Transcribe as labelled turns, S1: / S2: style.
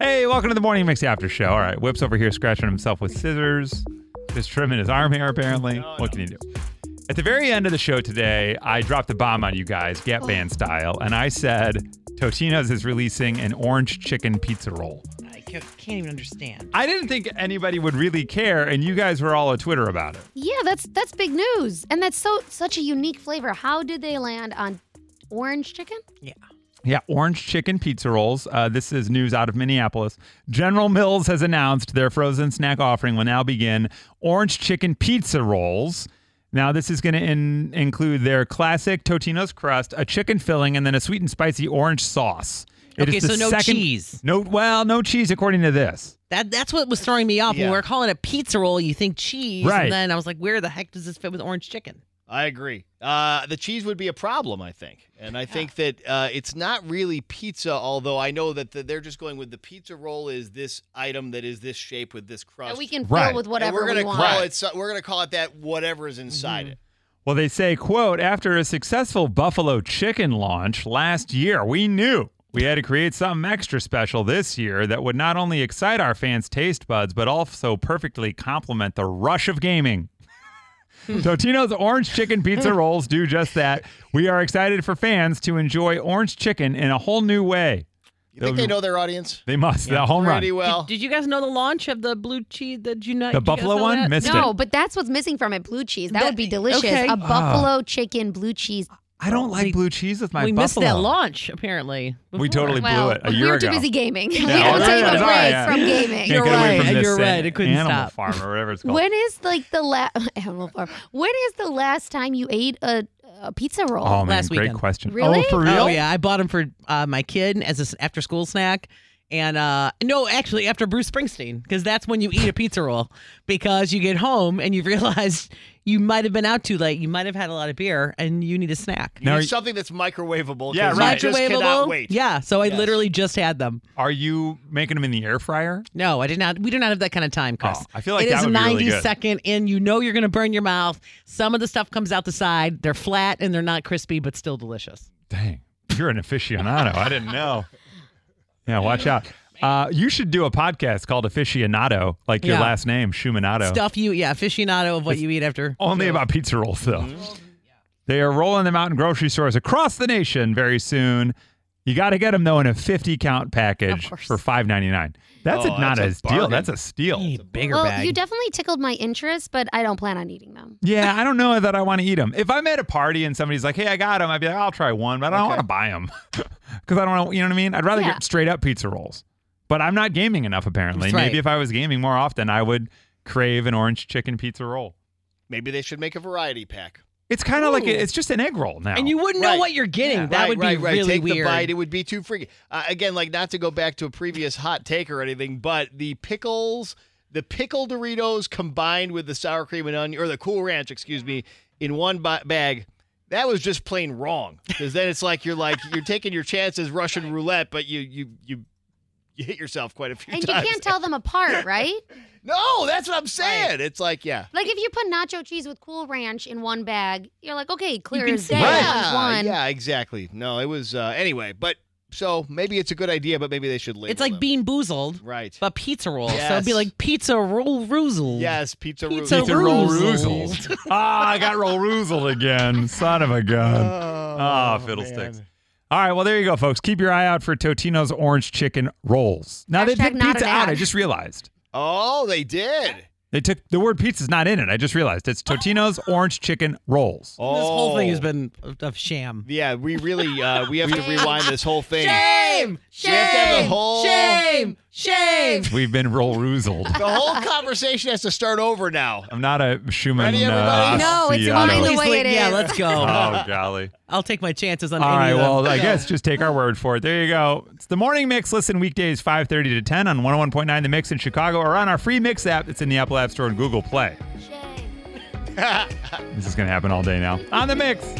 S1: Hey, welcome to the Morning Mix After Show. All right, Whip's over here scratching himself with scissors. Just trimming his arm hair, apparently. what can you do? At the very end of the show today, I dropped a bomb on you guys, Gap Band style, and I said Totino's is releasing an orange chicken pizza roll.
S2: I ca- can't even understand.
S1: I didn't think anybody would really care, and you guys were all on Twitter about it.
S3: Yeah, that's that's big news, and that's so such a unique flavor. How did they land on orange chicken?
S2: Yeah.
S1: Yeah, orange chicken pizza rolls. Uh, this is news out of Minneapolis. General Mills has announced their frozen snack offering will now begin orange chicken pizza rolls. Now, this is going to in- include their classic Totino's crust, a chicken filling, and then a sweet and spicy orange sauce. It is
S2: Okay,
S1: the
S2: so no
S1: second-
S2: cheese.
S1: No, well, no cheese according to this.
S2: That that's what was throwing me off when
S4: Yeah.
S2: we were calling it pizza roll. You think cheese,
S1: Right.
S2: and then I was like, where the heck does this fit with orange chicken?
S4: I agree. Uh, the cheese would be a problem, I think, and I think that uh, it's not really pizza. Although I know that the, they're just going with the pizza roll is this item that is this shape with this crust.
S3: That we can fill
S1: Right.
S3: with
S4: And
S3: whatever
S4: we're
S3: we
S4: gonna
S3: want. Mm-hmm.
S4: call it. so- We're gonna call it that. Whatever is inside it.
S1: Well, they say, quote, after a successful buffalo chicken launch last year, we knew we had to create something extra special this year that would not only excite our fans' taste buds, but also perfectly complement the rush of gaming. Totino's orange chicken pizza rolls do just that. We are excited for fans to enjoy orange chicken in a whole new way.
S4: You think
S1: They'll-
S4: they know their audience
S1: They must. The home run.
S4: pretty well?
S2: Did you guys know the launch of the blue cheese? Did you not?
S1: The
S2: you guys
S1: buffalo
S2: know
S1: one?
S2: that?
S1: Missed
S3: No,
S1: it.
S3: but that's what's missing from it. Blue cheese. That,
S2: That-
S3: would be delicious.
S2: okay. Ah.
S3: A buffalo chicken blue cheese.
S1: I don't like
S2: We-
S1: blue cheese with my
S2: we
S1: buffalo.
S2: missed that launch apparently.
S1: We totally blew
S3: well,
S1: it a
S3: we
S1: year
S3: were
S1: ago.
S3: too busy gaming. we
S1: Yeah, Oh,
S3: had to
S1: okay,
S3: take a break
S1: sorry, yeah.
S3: from gaming.
S1: Can't
S2: You're
S1: get away
S2: right,
S1: from this
S2: you're
S1: thing.
S2: right, it couldn't
S1: Animal
S2: stop.
S1: farm or whatever it's called.
S3: When is like the last animal farm? When is the last time you ate a, a pizza roll?
S1: Oh man,
S2: Last
S1: great
S2: weekend.
S1: question.
S3: Really?
S1: Oh, for real?
S2: Oh yeah, I bought them for uh, my kid as an after school snack. And uh, no, actually, after Bruce Springsteen, because that's when you eat a pizza roll because you get home and you realize you might have been out too late. You might have had a lot of beer and you need a snack.
S4: You
S1: Now
S4: need
S1: are you-
S4: something that's microwavable.
S1: Yeah,
S4: 'cause
S1: right.
S4: You just cannot
S2: Microwavable?
S4: wait.
S2: Yeah, so I
S4: Yes.
S2: literally just had them.
S1: Are you making them in the air fryer?
S2: No, I did not. We do not have that kind of time, Chris.
S1: Oh, I feel like
S2: it
S1: that
S2: is
S1: would be really
S2: ninety
S1: good.
S2: second and you know you're going to burn your mouth. Some of the stuff comes out the side. They're flat and they're not crispy, but still delicious.
S1: Dang, you're an aficionado. I didn't know. Yeah, watch out. Uh, you should do a podcast called Aficionado, like your
S2: Yeah.
S1: last name,
S4: Oh.
S1: Shumanado.
S2: Stuff you, yeah, aficionado of what you eat after.
S1: Only about pizza rolls, though. They are rolling them out in grocery stores across the nation very soon. You got to get them though in a 50 count package
S3: course.
S1: for 5.99. That's
S4: Oh,
S1: a, not
S4: that's a
S1: a deal.
S4: bargain.
S1: That's a steal.
S2: Hey, bigger
S3: well,
S2: bag.
S3: you definitely tickled my interest, but I don't plan on eating them.
S1: Yeah, I don't know that I want to eat them. If I'm at a party and somebody's like, "Hey, I got them," I'd be like, "I'll try one," but I don't want to buy them because I don't know. You know what I mean? I'd rather
S3: Yeah.
S1: get straight up pizza rolls. But I'm not gaming enough. Apparently,
S2: That's right.
S1: maybe if I was gaming more often, I would crave an orange chicken pizza roll.
S4: Maybe they should make a variety pack.
S1: It's kind of like
S2: Ooh.
S1: a, it's just an egg roll now.
S2: and you wouldn't know
S4: Right.
S2: what you're getting.
S4: Yeah.
S2: That
S4: right,
S2: would be
S4: right, right.
S2: really
S4: Take
S2: weird.
S4: the bite. It would be too freaky. Uh, again, like not to go back to a previous hot take or anything, but the pickles, the pickle Doritos combined with the sour cream and onion, or the Cool Ranch, excuse me, in one ba- bag. That was just plain wrong. Because then it's like you're like you're taking your chances Russian roulette, but you you you. You hit yourself quite a few
S3: And you
S4: times.
S3: can't tell them apart, right?
S4: No, that's what I'm saying. It's like, yeah.
S3: Like if you put nacho cheese with Cool Ranch in one bag, you're like, okay, clear
S2: can
S3: as
S2: see
S3: day.
S2: it.
S3: that
S2: Right.
S3: was
S4: yeah,
S3: one.
S4: yeah, exactly. No, it was uh, anyway, but so maybe it's a good idea, but maybe they should label
S2: It's like
S4: them.
S2: being boozled,
S4: right.
S2: but pizza roll. So it'd be
S4: Yes.
S2: like pizza roll roozled.
S4: Yes, pizza,
S2: Pizza
S4: Root.
S1: pizza roll
S2: roozled.
S1: roozled. ah, I got roll roozled again. Son of a gun.
S2: Oh,
S4: Oh,
S1: Ah, fiddlesticks. All right, well there you go, folks. Keep your eye out for Totino's orange chicken rolls. Now they
S3: Hashtag
S1: took
S3: not an
S1: pizza out.
S3: ad.
S1: I just realized.
S4: Oh, they did.
S1: They took the word pizza's not in it. I just realized it's Totino's orange chicken rolls.
S4: Oh,
S2: This whole thing has been a, a sham.
S4: Yeah, we really uh, we have to rewind this whole thing.
S2: Shame!
S4: We have to have the whole-
S2: Shame!
S1: We've been roll roozled.
S4: The whole conversation has to start over now.
S1: I'm not a Schumann. uh,
S4: Ready, everybody?
S3: No, it's
S1: aficionado.
S3: mine the way it
S2: Yeah,
S3: is.
S2: let's go.
S1: Oh golly!
S2: I'll take my chances on
S1: All
S2: any
S1: right,
S2: of them.
S1: well I
S2: So-
S1: guess just take our word for it. There you go. It's the morning mix. Listen weekdays 5:30 to 10 on 101.9 The Mix in Chicago, or on our free Mix app. It's in the Apple App Store and Google Play.
S3: Shame.
S1: This is gonna happen all day now on The Mix.